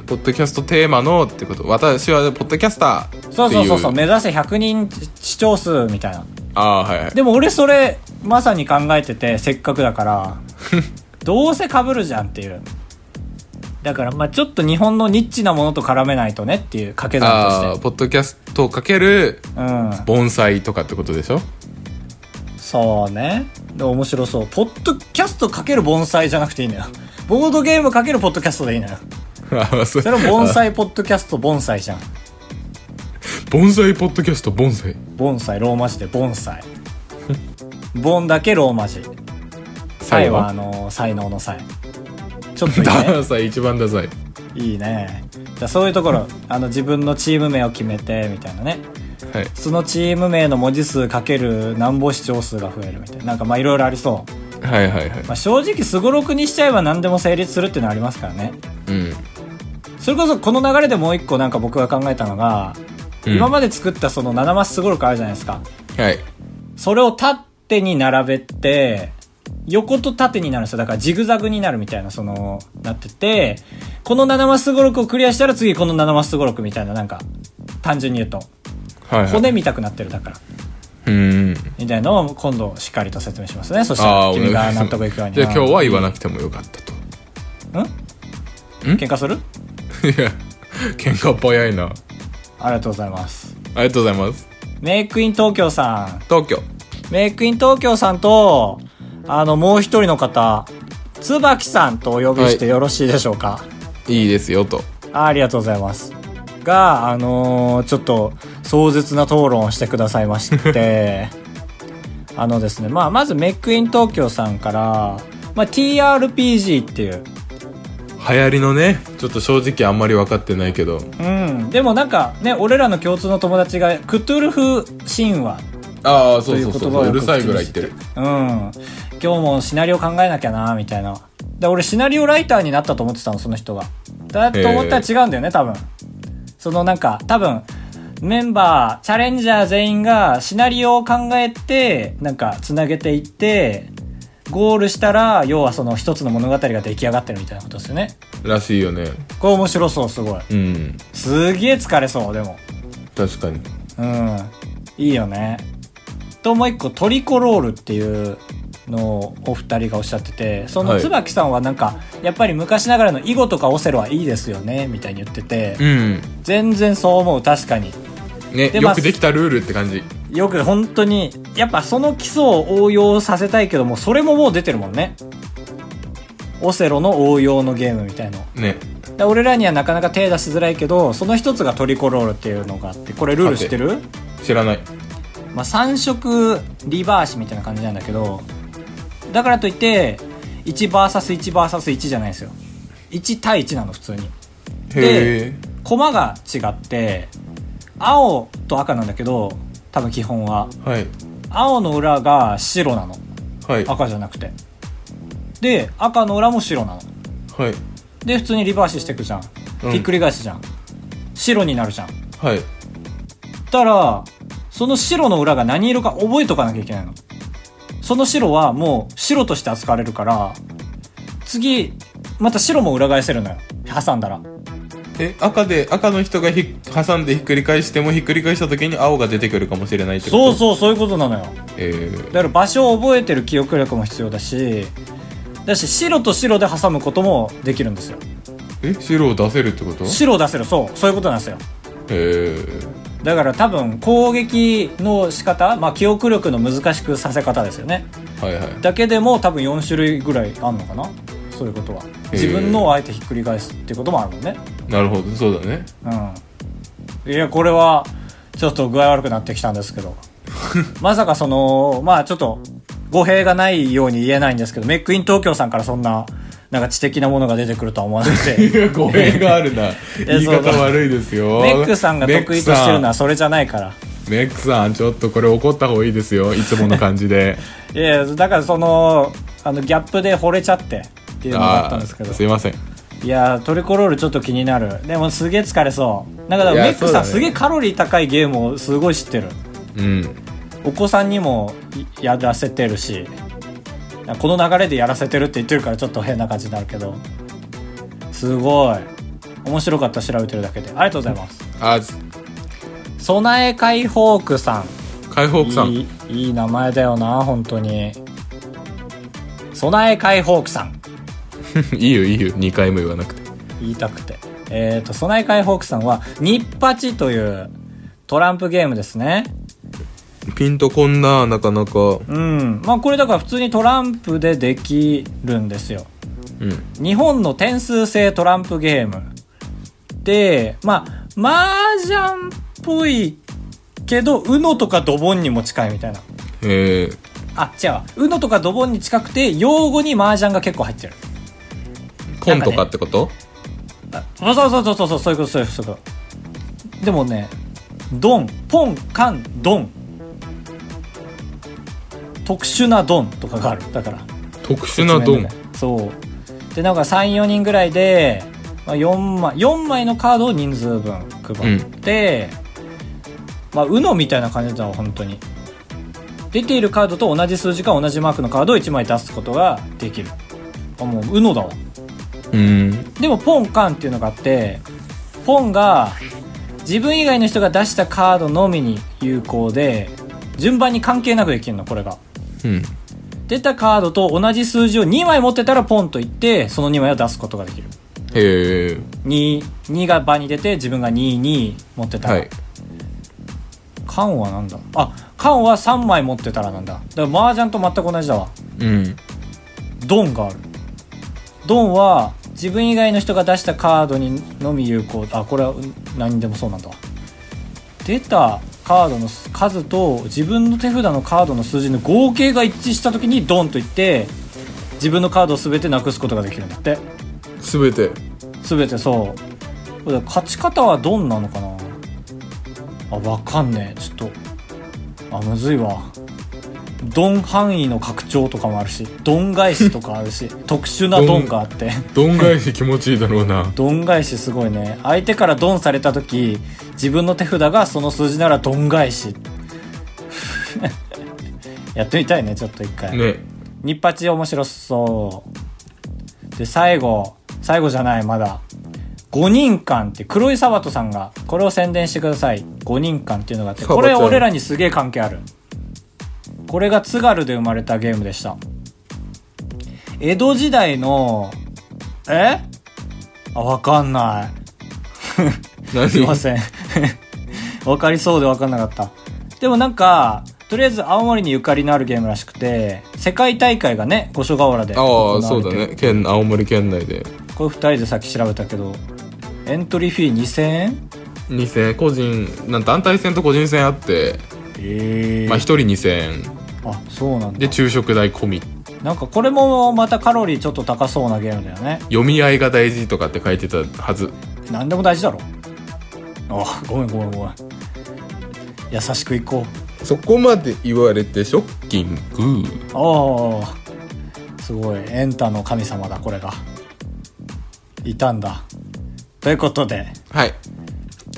S2: ポッドキャストテーマのってこと私はポッドキャスターっていう
S1: そうそうそうそう、目指せ100人視聴数みたいな。
S2: ああーはいはい
S1: でも俺それ、まさに考えてて、せっかくだから、どうせ被るじゃんっていう。だから、まあちょっと日本のニッチなものと絡めないとねっていう掛け算
S2: あ
S1: とし
S2: あ
S1: て。
S2: ポッドキャストかける
S1: うん。
S2: 盆栽とかってことでしょ
S1: そうね。で面白そう。ポッドキャストかける盆栽じゃなくていいのよ。ボードゲームかけるポッドキャストでいいのよ。
S2: ああそ
S1: それも盆栽ポッドキャスト盆栽じゃん
S2: 盆栽ポッドキャスト盆栽
S1: 盆栽ローマ字で盆栽盆だけローマ字才はあの才能の才ちょっといいね
S2: ダサい一番ダサい
S1: いいねじゃあそういうところあの自分のチーム名を決めてみたいなね
S2: はい
S1: そのチーム名の文字数かけるなんぼ視聴数が増えるみたいななんかまあいろいろありそう、
S2: はいはいはい
S1: まあ、正直すごろくにしちゃえば何でも成立するっていうのはありますからね
S2: うん
S1: それこそこの流れでもう一個なんか僕が考えたのが、
S2: うん
S1: 今まで作ったその7マスすごろくあるじゃないですか
S2: はい
S1: それを縦に並べて、横と縦になるんですよ。だからジグザグになるみたいな、その、なってて、この7マスゴロクをクリアしたら次この7マスゴロクみたいな、なんか、単純に言うと、
S2: はいはい
S1: 骨見たくなってるだから、
S2: うん
S1: みたいなのを今度しっかりと説明しますね。そした
S2: あ
S1: ら
S2: あ
S1: 君が納得いくように。
S2: じゃあ今日は言わなくてもよかったと
S1: うん喧嘩する
S2: いや 喧嘩早いな
S1: ありがとうございます。
S2: ありがとうございます
S1: メイクイン東京さん。
S2: 東京
S1: メイクイン東京さんと、あの、もう一人の方、椿さんとお呼びしてよろしいでしょうか、
S2: いいですよと
S1: あありがとうございます。が、あのーちょっと壮絶な討論をしてくださいまして、 あのですね、まあ、まずメックイン東京さんから、まあ、TRPG っていう、
S2: 流行りのねちょっと正直あんまり分かってないけど
S1: うん、でもなんかね、俺らの共通の友達が、クトゥルフ神話
S2: ああ
S1: と
S2: そう
S1: いう
S2: そう
S1: 言
S2: そう
S1: 葉を
S2: う
S1: よく
S2: る
S1: 口
S2: さいぐら
S1: に
S2: い言
S1: し
S2: ってる
S1: うん。今日もシナリオ考えなきゃな、みたいな。で、俺シナリオライターになったと思ってたの、その人が。だと思ったら違うんだよね、多分。そのなんか、多分、メンバー、チャレンジャー全員がシナリオを考えて、なんか、つなげていって、ゴールしたら、要はその一つの物語が出来上がってるみたいなことですよね。
S2: らしいよね
S1: これ面白そう、すごい。
S2: うん
S1: すげえ疲れそう、でも。
S2: 確かに
S1: うん。いいよね。と、もう一個、トリコロールっていうのをお二人がおっしゃってて、その
S2: はい
S1: 椿さんはなんか、やっぱり昔ながらの囲碁とかオセロはいいですよね、みたいに言ってて、
S2: うん
S1: 全然そう思う、確かに。
S2: ね
S1: でま
S2: よ
S1: あ
S2: くできたルールって感じ
S1: よく本当に、やっぱその基礎を応用させたいけども、それももう出てるもんね。オセロの応用のゲームみたいの。
S2: ね
S1: で俺らにはなかなか手出しづらいけど、その一つがトリコロールっていうのがあって、これルール知ってる
S2: 知らない
S1: まあ、3色リバーシみたいな感じなんだけどだからといって 1vs1vs1 じゃないんですよ1対1なの普通に
S2: へえ
S1: で駒が違って青と赤なんだけど多分基本は
S2: はい
S1: 青の裏が白なの
S2: はいは
S1: 赤じゃなくてで赤の裏も白なの
S2: い
S1: で普通にリバーシしていくじゃん
S2: うん
S1: ひっくり返すじゃん、白になるじゃん
S2: はい
S1: ったら、その白の裏が何色か覚えとかなきゃいけないの。その白はもう白として扱われるから、次、また白も裏返せるのよ。挟んだら。
S2: え赤で赤の人がひ挟んでひっくり返してもひっくり返した時に青が出てくるかもしれないって
S1: そ
S2: こ
S1: う
S2: と
S1: そう、そういうことなのよ。
S2: えー、
S1: だから場所を覚えてる記憶力も必要だし、だし白と白で挟むこともできるんですよ。
S2: え白を出せるってこと
S1: 白を出せる、そう、そういうことなんですよ。
S2: え
S1: だから多分攻撃の仕方、まあ記憶力の難しくさせ方ですよね。
S2: ー、はいはい
S1: だけでも多分4種類ぐらいあんのかなそういうことは
S2: へー
S1: 自分のをあえてひっくり返すってこともあるもんね
S2: なるほどそうだ ね
S1: うんいやこれはちょっと具合悪くなってきたんですけ どまさかそのまあちょっと語弊がないように言えないんですけどメックイン東京さんからそんななんか知的なものが出てくるとは思わなく
S2: い
S1: て
S2: や語弊があるな言い
S1: そう
S2: 方悪いですよ
S1: メックさんが得意としてるのはそれじゃないから
S2: メックさんちょっとこれ怒った方がいいですよいつもの感じで
S1: いやだからそのあのギャップで惚れちゃって っていうのがあったんですけど
S2: あーすいません
S1: いやートリコロールちょっと気になるでもすげえ疲れそうなんかだ
S2: い
S1: から
S2: や
S1: メック
S2: そう
S1: さ
S2: だ
S1: ん、
S2: ね
S1: すげえカロリー高いゲームをすごい知ってる
S2: うん
S1: お子さんにもいやらせてるしこの流れでやらせてるって言ってるからちょっと変な感じになるけどすごい面白かった調べてるだけでありがとうございます
S2: あ
S1: 備え解放区さん
S2: 解放区さん
S1: いいいい名前だよな本当に備え解放区さん
S2: いいよいいよ2回も言わなくて
S1: 言いたくて。えっ、と、ソナイカイホークさんは、ニッパチというトランプゲームですね。
S2: ピンとこんななかなかう
S1: うん。まあこれだから普通にトランプでできるんですよ。
S2: ん
S1: 日本の点数制トランプゲーム。で、まあ、麻雀っぽいけど、UNO とかドボンにも近いみたいな。
S2: えー、
S1: あ、違うわ。UNO とかドボンに近くて、用語に麻雀が結構入ってる。
S2: コンとかってこと、
S1: あそうそうそうそうそうそういうことそういうことそういうことでもねドンポンカンドン特殊なドンとかがあるだから
S2: 特殊な
S1: 説明
S2: ドン、
S1: のねそうでなんか34人ぐらいでまあ4枚4枚のカードを人数分配って、まあ UNO みたいな感じだわ本当に出ているカードと同じ数字か同じマークのカードを1枚出すことができるあもう UNO だわ
S2: うん
S1: でもポンカンっていうのがあってポンが自分以外の人が出したカードのみに有効で順番に関係なくできるのこれが
S2: うん
S1: 出たカードと同じ数字を2枚持ってたらポンと言ってその2枚を出すことができる
S2: へえ
S1: 2, 2が場に出て自分が22持ってたら、
S2: はい
S1: カンはなんだあカンは3枚持ってたらなんだだから麻雀と全く同じだわ
S2: うん
S1: ドンがあるドンは自分以外の人が出したカードにのみ有効あこれはうん何にでもそうなんだわ出たカードの数と自分の手札のカードの数字の合計が一致した時にドンと言って自分のカードを全てなくすことができるんだって
S2: 全て
S1: 全てそうこれ勝ち方はドンなのかなあわかんねえちょっとあむずいわドン範囲の拡張とかもあるしドン返しとかあるし特殊なドンがあって
S2: ドン返し気持ちいいだろうな
S1: ドン返しすごいね相手からドンされた時自分の手札がその数字ならドン返し やってみたいねちょっと一回
S2: ね
S1: ニッパチ面白そう。で、最後、最後じゃない、まだ。5人間って、黒井サバトさんが、これを宣伝してください。5人間っていうのがあって、
S2: サバちゃ
S1: こ
S2: ん
S1: れ俺らにすげえ関係ある。これが津軽で生まれたゲームでした。江戸時代の、えあ、わかんない。
S2: 何
S1: すいま せん。わかりそうでわかんなかった。でもなんか、とりあえず青森にゆかりのあるゲームらしくて、世界大会がね、五所川原で
S2: ああ
S1: 行わ
S2: そ
S1: れ
S2: う
S1: て
S2: だね県青森県内で
S1: これ二人でさっき調べたけど、エントリーフィー2000円
S2: 2000個人なん団体戦と個人戦あって
S1: ええ
S2: まあ1人2000円
S1: あ、そうなんだ。
S2: で昼食代込み
S1: なんかこれもまたカロリーちょっと高そうなゲームだよね
S2: 読み合いが大事とかって書いてたはず
S1: 何でも大事だろあごめんごめんごめん優しくいこ
S2: そこまで言われてショッキング
S1: うああすごいエンタの神様だこれがいたんだということで
S2: はい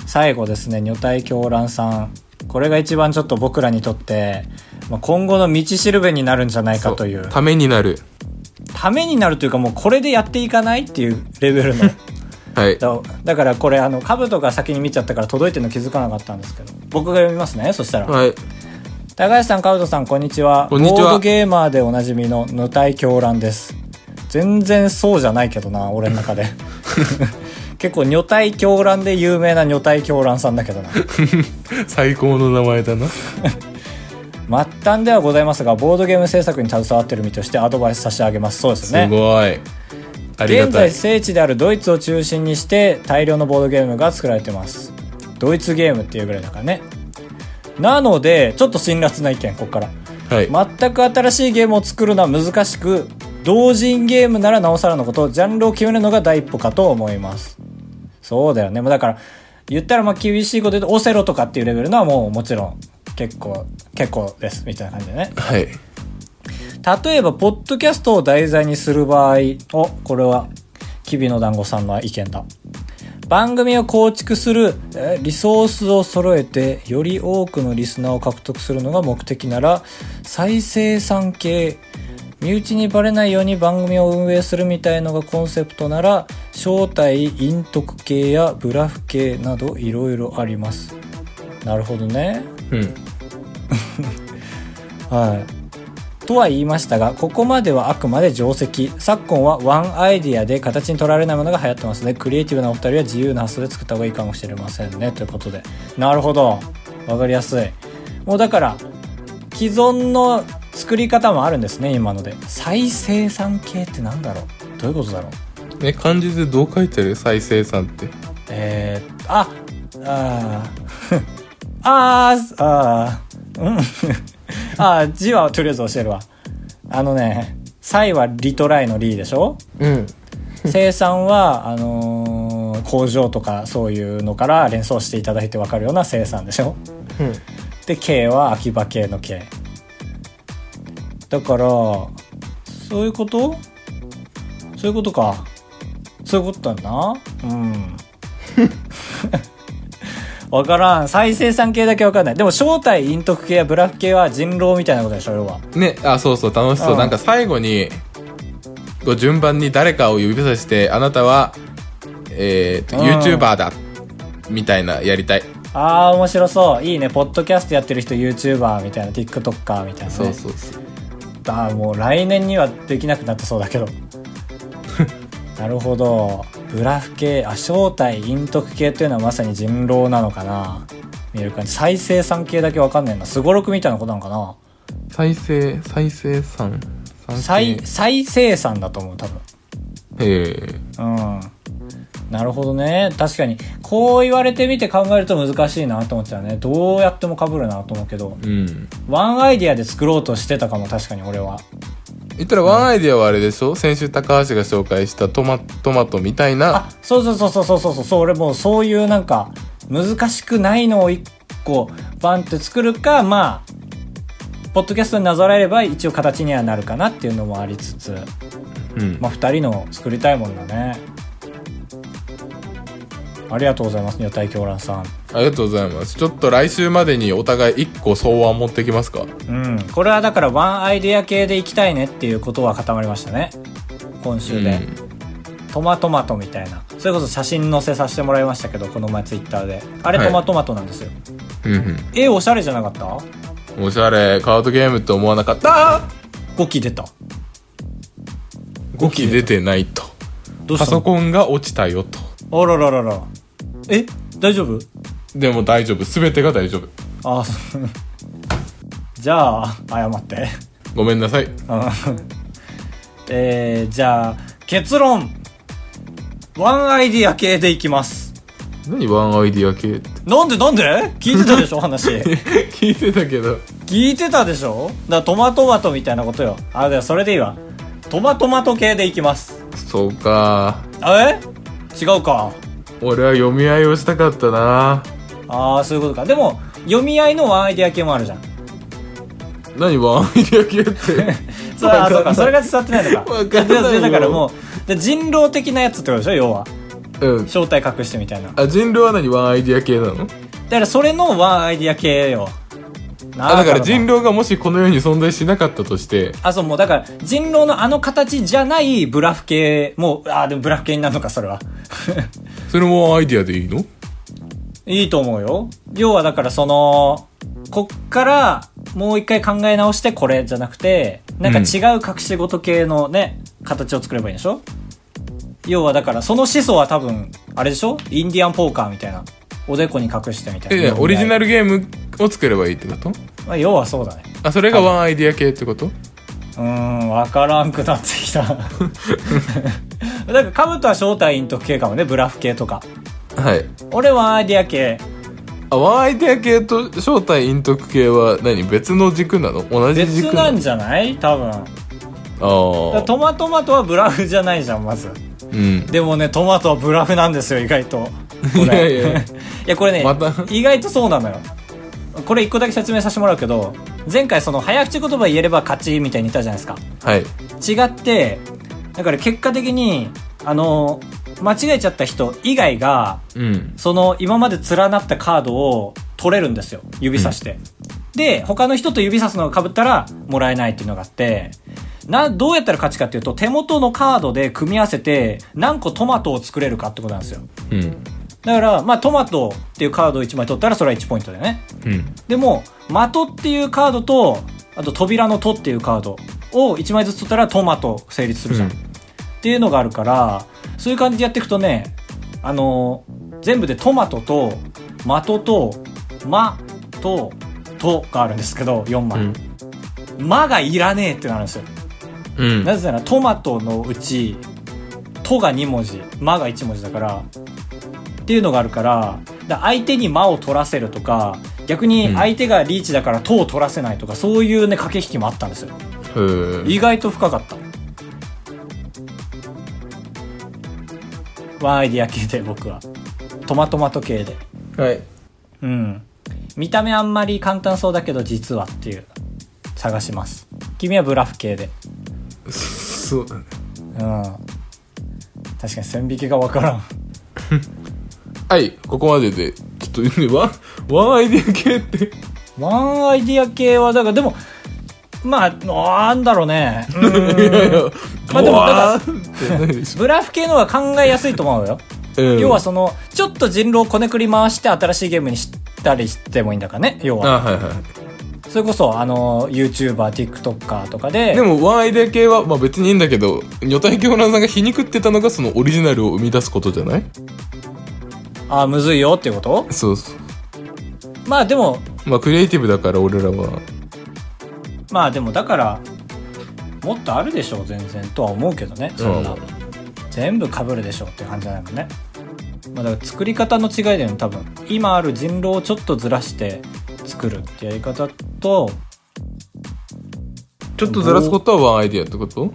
S1: 最後ですね女体狂乱さんこれが一番ちょっと僕らにとって、まあ、今後の道しるべになるんじゃないかという
S2: そためになる
S1: ためになるというかもうこれでやっていかないっていうレベルの
S2: はい
S1: だだからこれあの兜が先に見ちゃったから届いてるの気づかなかったんですけど僕が読みますねそしたら、
S2: はい
S1: 高橋さん、カウトさん、こんにちは。
S2: こんにちは
S1: ボードゲーマーでおなじみの無体狂乱です。全然そうじゃないけどな、俺の 中で。結構、女体狂乱で有名な女体狂乱さんだけどな。
S2: 最高の名前だな
S1: 末端ではございますが、ボードゲーム制作に携わってる身としてアドバイス差し上げます。そうです
S2: す
S1: ね。
S2: ごいありが
S1: 現
S2: た
S1: 在
S2: い
S1: 聖地であるドイツを中心にして大量のボードゲームが作られてますドイツゲームっていうぐらいだからねなのでちょっと辛辣な意見ここから
S2: はい、
S1: 全く新しいゲームを作るのは難しく同人ゲームならなおさらのことジャンルを決めるのが第一歩かと思いますそうだよねもうだから言ったらまあ厳しいこと言うとオセロとかっていうレベルのはもうもちろん結構結構ですみたいな感じでね
S2: はい
S1: 例えば、ポッドキャストを題材にする場合、お、これは、きびの団子さんの意見だ。番組を構築する、えーリソースを揃えて、より多くのリスナーを獲得するのが目的なら、再生産系、身内にバレないように番組を運営するみたいのがコンセプトなら、正体陰徳系やブラフ系などいろいろあります。なるほどね。
S2: うん
S1: はい。とは言いましたが、ここまではあくまで定石。昨今はワンアイディアで形に取られないものが流行ってますので、クリエイティブなお二人は自由な発想で作った方がいいかもしれませんね。ということで。なるほど。わかりやすい。もうだから、既存の作り方もあるんですね、今ので。再生産系ってなんだろうどういうことだろう
S2: え漢字でどう書いてる再生産って
S1: えー、ああー あーあーうん あー字はとりあえず教えるわあのね「サイ」はリトライの「リ」でしょ
S2: うん
S1: 生産はあのー工場とかそういうのから連想していただいて分かるような生産でしょ
S2: うん
S1: で K は秋葉系の K だからそういうことそういうことかそういうことだなうん わからん再生産系だけわかんないでも正体陰徳系やブラフ系は人狼みたいなことでしょ要は
S2: ねあそうそう楽しそう
S1: うん
S2: なんか最後にこう順番に誰かを指さしてあなたはえー、と
S1: うん
S2: YouTuber だみたいなやりたい
S1: あー面白そういいねポッドキャストやってる人 YouTuber みたいな TikToker みたいな、ね、
S2: そうそうそう
S1: あーもう来年にはできなくなってそうだけどなるほどブラフ系あ正体陰徳系というのはまさに人狼なのかな見る感じ再生産系だけわかんないなすごろくみたいなことなのかな
S2: 再生再生産産系
S1: 再再生産だと思う多分
S2: ええ
S1: うんなるほどね確かにこう言われてみて考えると難しいなと思っちゃうねどうやっても被るなと思うけど
S2: うん
S1: ワンアイディアで作ろうとしてたかも確かに俺は
S2: 言ったらワンアイディアはあれでしょ先週高橋が紹介したトマトマトみたいな
S1: あそうそうそうそうそうそうそう俺もうそういうなんか難しくないのを一個バンって作るかまあポッドキャストになぞらえれば一応形にはなるかなっていうのもありつつ
S2: うん、
S1: まあ2人の作りたいもんだねありがとうございます女体狂乱さん
S2: ありがとうございますちょっと来週までにお互い1個草案持ってきますか
S1: うんこれはだからワンアイデア系でいきたいねっていうことは固まりましたね今週で、トマトマトみたいなそれこそ写真載せさせてもらいましたけどこの前ツイッターであれ
S2: はい
S1: トマトマトなんですよ、
S2: うんうん
S1: えおしゃれじゃなかった
S2: うんおしゃれカードゲームって思わなかった
S1: 5機出た
S2: 5機出てないと
S1: どう
S2: パ
S1: した
S2: ソ
S1: の
S2: コンが落ちたよと
S1: あららららえ大丈夫
S2: でも大丈夫全てが大丈夫
S1: あ そうじゃあ謝って
S2: ごめんなさい
S1: うんえー、じゃあ結論ワンアイディア系でいきます
S2: 何ワンアイディア系って
S1: なんでなんで聞いてたでしょ話
S2: 聞いてたけど
S1: 聞いてたでしょだからトマトマトみたいなことよ。あ、でもそれでいいわ。トマトマト系でいきます。
S2: そうか
S1: え違うか。
S2: 俺は読み合いをしたかったな
S1: ああ、そういうことか。でも、読み合いのワンアイデア系もあるじゃん。
S2: 何ワンアイデア系って
S1: それあそうか、それが伝わってないのか。
S2: わかんない
S1: で
S2: もう
S1: だからもう、で人狼的なやつってことでしょ要は。
S2: うん
S1: 正体隠してみたいな。だ
S2: あ人狼は何ワンアイデア系なの
S1: からそれのワンアイディア系よ。な
S2: あだから人
S1: 狼。
S2: 狼がもしこの世に存在しなかったとして
S1: あ、そう、もうだから、人狼のあの形じゃないブラフ系、もう、あーでもブラフ系になるのか、それは。
S2: それもワンアイデアでいいの
S1: いいと思うよ。要はだからその、こっからもう一回考え直してこれじゃなくて、なんか違う隠し事系のね、形を作ればいいんでしょ要はだからその思想は多分、あれでしょインディアンポーカーみたいな。おでこに隠してみたいな。
S2: えオリジナ
S1: ル。
S2: ルゲームを作ればいいってこと
S1: まあ、要はそうだね。
S2: あそれがワンアイデア系ってこと
S1: うーん、わからんくなってき た。だから、カブトは正体隠匿系かもね、ブラフ系とか。
S2: はい
S1: 俺はアイディア系。
S2: あワンアイデア系と正体陰徳系は何別の軸なの同じ
S1: 別
S2: 軸
S1: な
S2: なの
S1: んじゃない多分。だから
S2: ああ
S1: トマトマトはブラフじゃないじゃんまず
S2: うん
S1: でもねトマトはブラフなんですよ意外とこれ
S2: いやいや
S1: いやこれね、
S2: また
S1: 意外とそうなのよこれ一個だけ説明させてもらうけど前回その早口言葉言えれば勝ちみたいに言ったじゃないですか
S2: はい
S1: 違ってだから結果的にあの間違えちゃった人以外が
S2: うん
S1: その今まで連なったカードを取れるんですよ。指さして。で、他の人と指さすのが被ったらもらえないっていうのがあって、な、どうやったら勝ちかっていうと、手元のカードで組み合わせて何個トマトを作れるかってことなんですよ。
S2: うん
S1: だから、まあトマトっていうカードを1枚取ったらそれは1ポイントだよね。
S2: うん
S1: でも、的っていうカードと、あと扉のとっていうカードを1枚ずつ取ったらトマト成立するじゃん。
S2: うん
S1: っていうのがあるから、そういう感じでやっていくとね、あのー全部でトマトと、的と、ま、と、とがあるんですけど、4枚。
S2: うん
S1: まがいらねえってなるんですよ。
S2: うん
S1: なぜならトマトのうち、とが2文字、まが1文字だから、っていうのがあるから、だから相手にまを取らせるとか、逆に相手がリーチだからとを取らせないとか、そういうね、駆け引きもあったんですよ。
S2: うん
S1: 意外と深かった。ワンアイディア系で僕は。トマトマト系で。
S2: はい
S1: うん。見た目あんまり簡単そうだけど実はっていう。探します。君はブラフ系で。
S2: そうだね
S1: うん。確かに線引きがわからん。
S2: はいここまででちょっとねワンワンアイデア系って
S1: ワンアイディア系は、だからでも、まあ、なんだろうね。う
S2: い
S1: ん
S2: やいや
S1: まあでも
S2: ワーンってないでしょ
S1: ブラフ系の方が考えやすいと思うよ。
S2: うん
S1: 要はその、ちょっと人狼をこねくり回して新しいゲームにしたりしてもいいんだからね、要は。
S2: あはいはい
S1: それこそ、あの、YouTuber、TikToker とかで、
S2: でもワンアイデア系は、まあ、別にいいんだけど女体狂乱さんが皮肉ってたのがそのオリジナルを生み出すことじゃない
S1: ああ、むずいよっていうこと
S2: そうそう
S1: まあでも、
S2: まあクリエイティブだから俺らは
S1: まあでもだから、もっとあるでしょう、全然、とは思うけどね、そんな。
S2: うん
S1: 全部被るでしょうって感じじゃないもんね。まあだから作り方の違いだよね、多分。今ある人狼をちょっとずらして作るってやり方と、
S2: ちょっとずらすことはワンアイデアってこと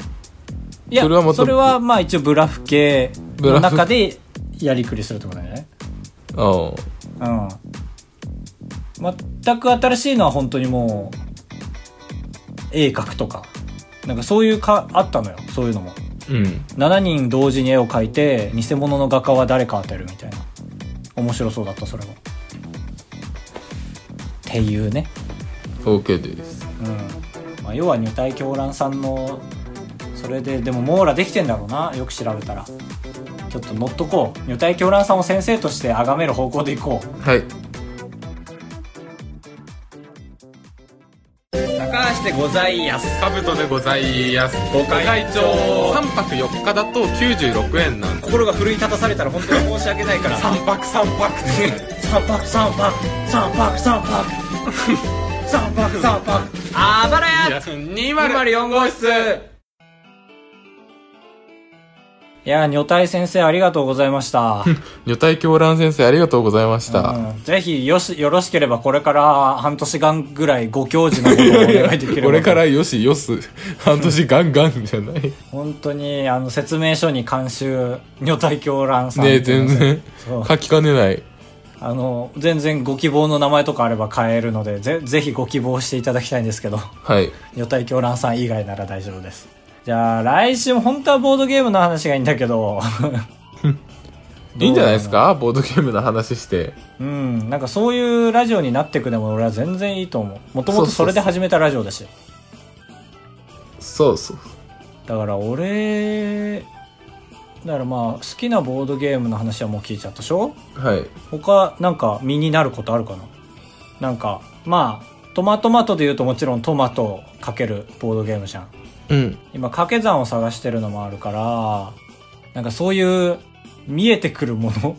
S1: いや、そ
S2: そ
S1: れ
S2: れ
S1: は
S2: はまた
S1: まあ一応ブラフ系の中でやりくりするってことだよね。
S2: ああ
S1: うん。全く新しいのは本当にもう、絵描くとか。なんかそういうか、あったのよ。そういうのも。
S2: うん
S1: 7人同時に絵を描いて、偽物の画家は誰か当てるみたいな。面白そうだった、それも。っていうね。
S2: OK です
S1: うん。まあ、要は女体狂乱さんの、それで、でも網羅できてんだろうな。よく調べたら。ちょっと乗っとこう。女体狂乱さんを先生として崇める方向でいこう。
S2: はい
S1: 高橋でございやす。
S2: カブトでございますご
S1: 会長
S2: 3泊4日だと96円なんで
S1: 心が奮い立たされたら本当に申し訳ないから三
S2: 3泊3泊って
S1: 泊三泊三泊三泊三泊三泊あばらや
S2: 204号室
S1: いやー、女体先生ありがとうございました。
S2: 女体狂乱先生ありがとうございました。
S1: うんぜひよし、よろしければこれから半年間ぐらいご教授のことをお願いできればと。
S2: これからよしよす、半年ガンガンじゃない。
S1: 本当に、あの、説明書に監修、女体狂乱さん。
S2: ねえ、全。然
S1: そう
S2: 書きかねない。
S1: あの、全然ご希望の名前とかあれば変えるので、ぜ、ぜひご希望していただきたいんですけど、
S2: はい。
S1: 女体狂乱さん以外なら大丈夫です。じゃあ、来週も本当はボードゲームの話がいいんだけど、
S2: いいんじゃないですかボードゲームの話して。
S1: うん、なんかそういうラジオになっていくでも俺は全然いいと思う。もとも
S2: そ
S1: と
S2: うそうそ
S1: そ
S2: う
S1: れで始めたラジオだし。
S2: そうそう。
S1: だから俺、だからまあ好きなボードゲームの話はもう聞いちゃったでしょ
S2: はい。
S1: 他なんか身になることあるかななんか、まあ、トマトマトで言うともちろんトマトをかけるボードゲームじゃん。
S2: うん。
S1: 今掛け算を探してるのもあるから、なんかそういう見えてくるも の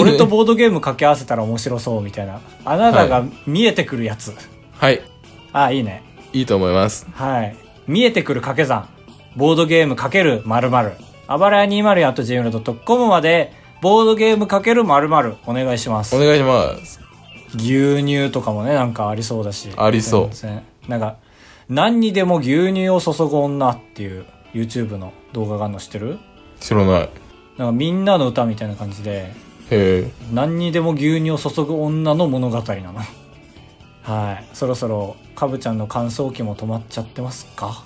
S1: 俺とボードゲーム掛け合わせたら面白そうみたいな。あなたが見えてくるやつ。
S2: はい。
S1: あ、いいね。
S2: いいと思います。
S1: はい。見えてくる掛け算。ボードゲーム×〇〇。あばらや 20.gmail.com まで、ボードゲーム×〇〇お願いします
S2: お。願いします。
S1: 牛乳とかもね、なんかありそうだし。
S2: ありそう
S1: 全然。なんか、何にでも牛乳を注ぐ女っていう YouTube の動画があるの知ってる
S2: 知らない。へ
S1: なんかみんなの歌みたいな感じで、
S2: え。
S1: 何にでも牛乳を注ぐ女の物語なの。 はい。そろそろ、かぶちゃんの乾燥機も止まっちゃってますか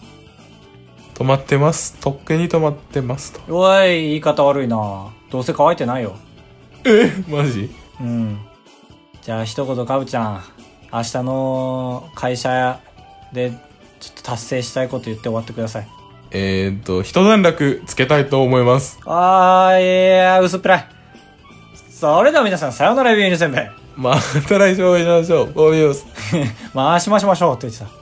S2: 止まってます。とっくに止まってますと。
S1: おい、言い方悪いなどうせ乾いてないよ。
S2: マジ
S1: うん。じゃあ一言かぶちゃん、明日の会社でちょっと達成したいこと言って終わってください。
S2: えーっと、一段落つけたいと思います。
S1: あー、いやー、薄っぺらい。それでは皆さん、さ ようなら、ビールせんべい。
S2: また来週お会いしましょう。ゴービース。
S1: 回しましましょうって言ってた。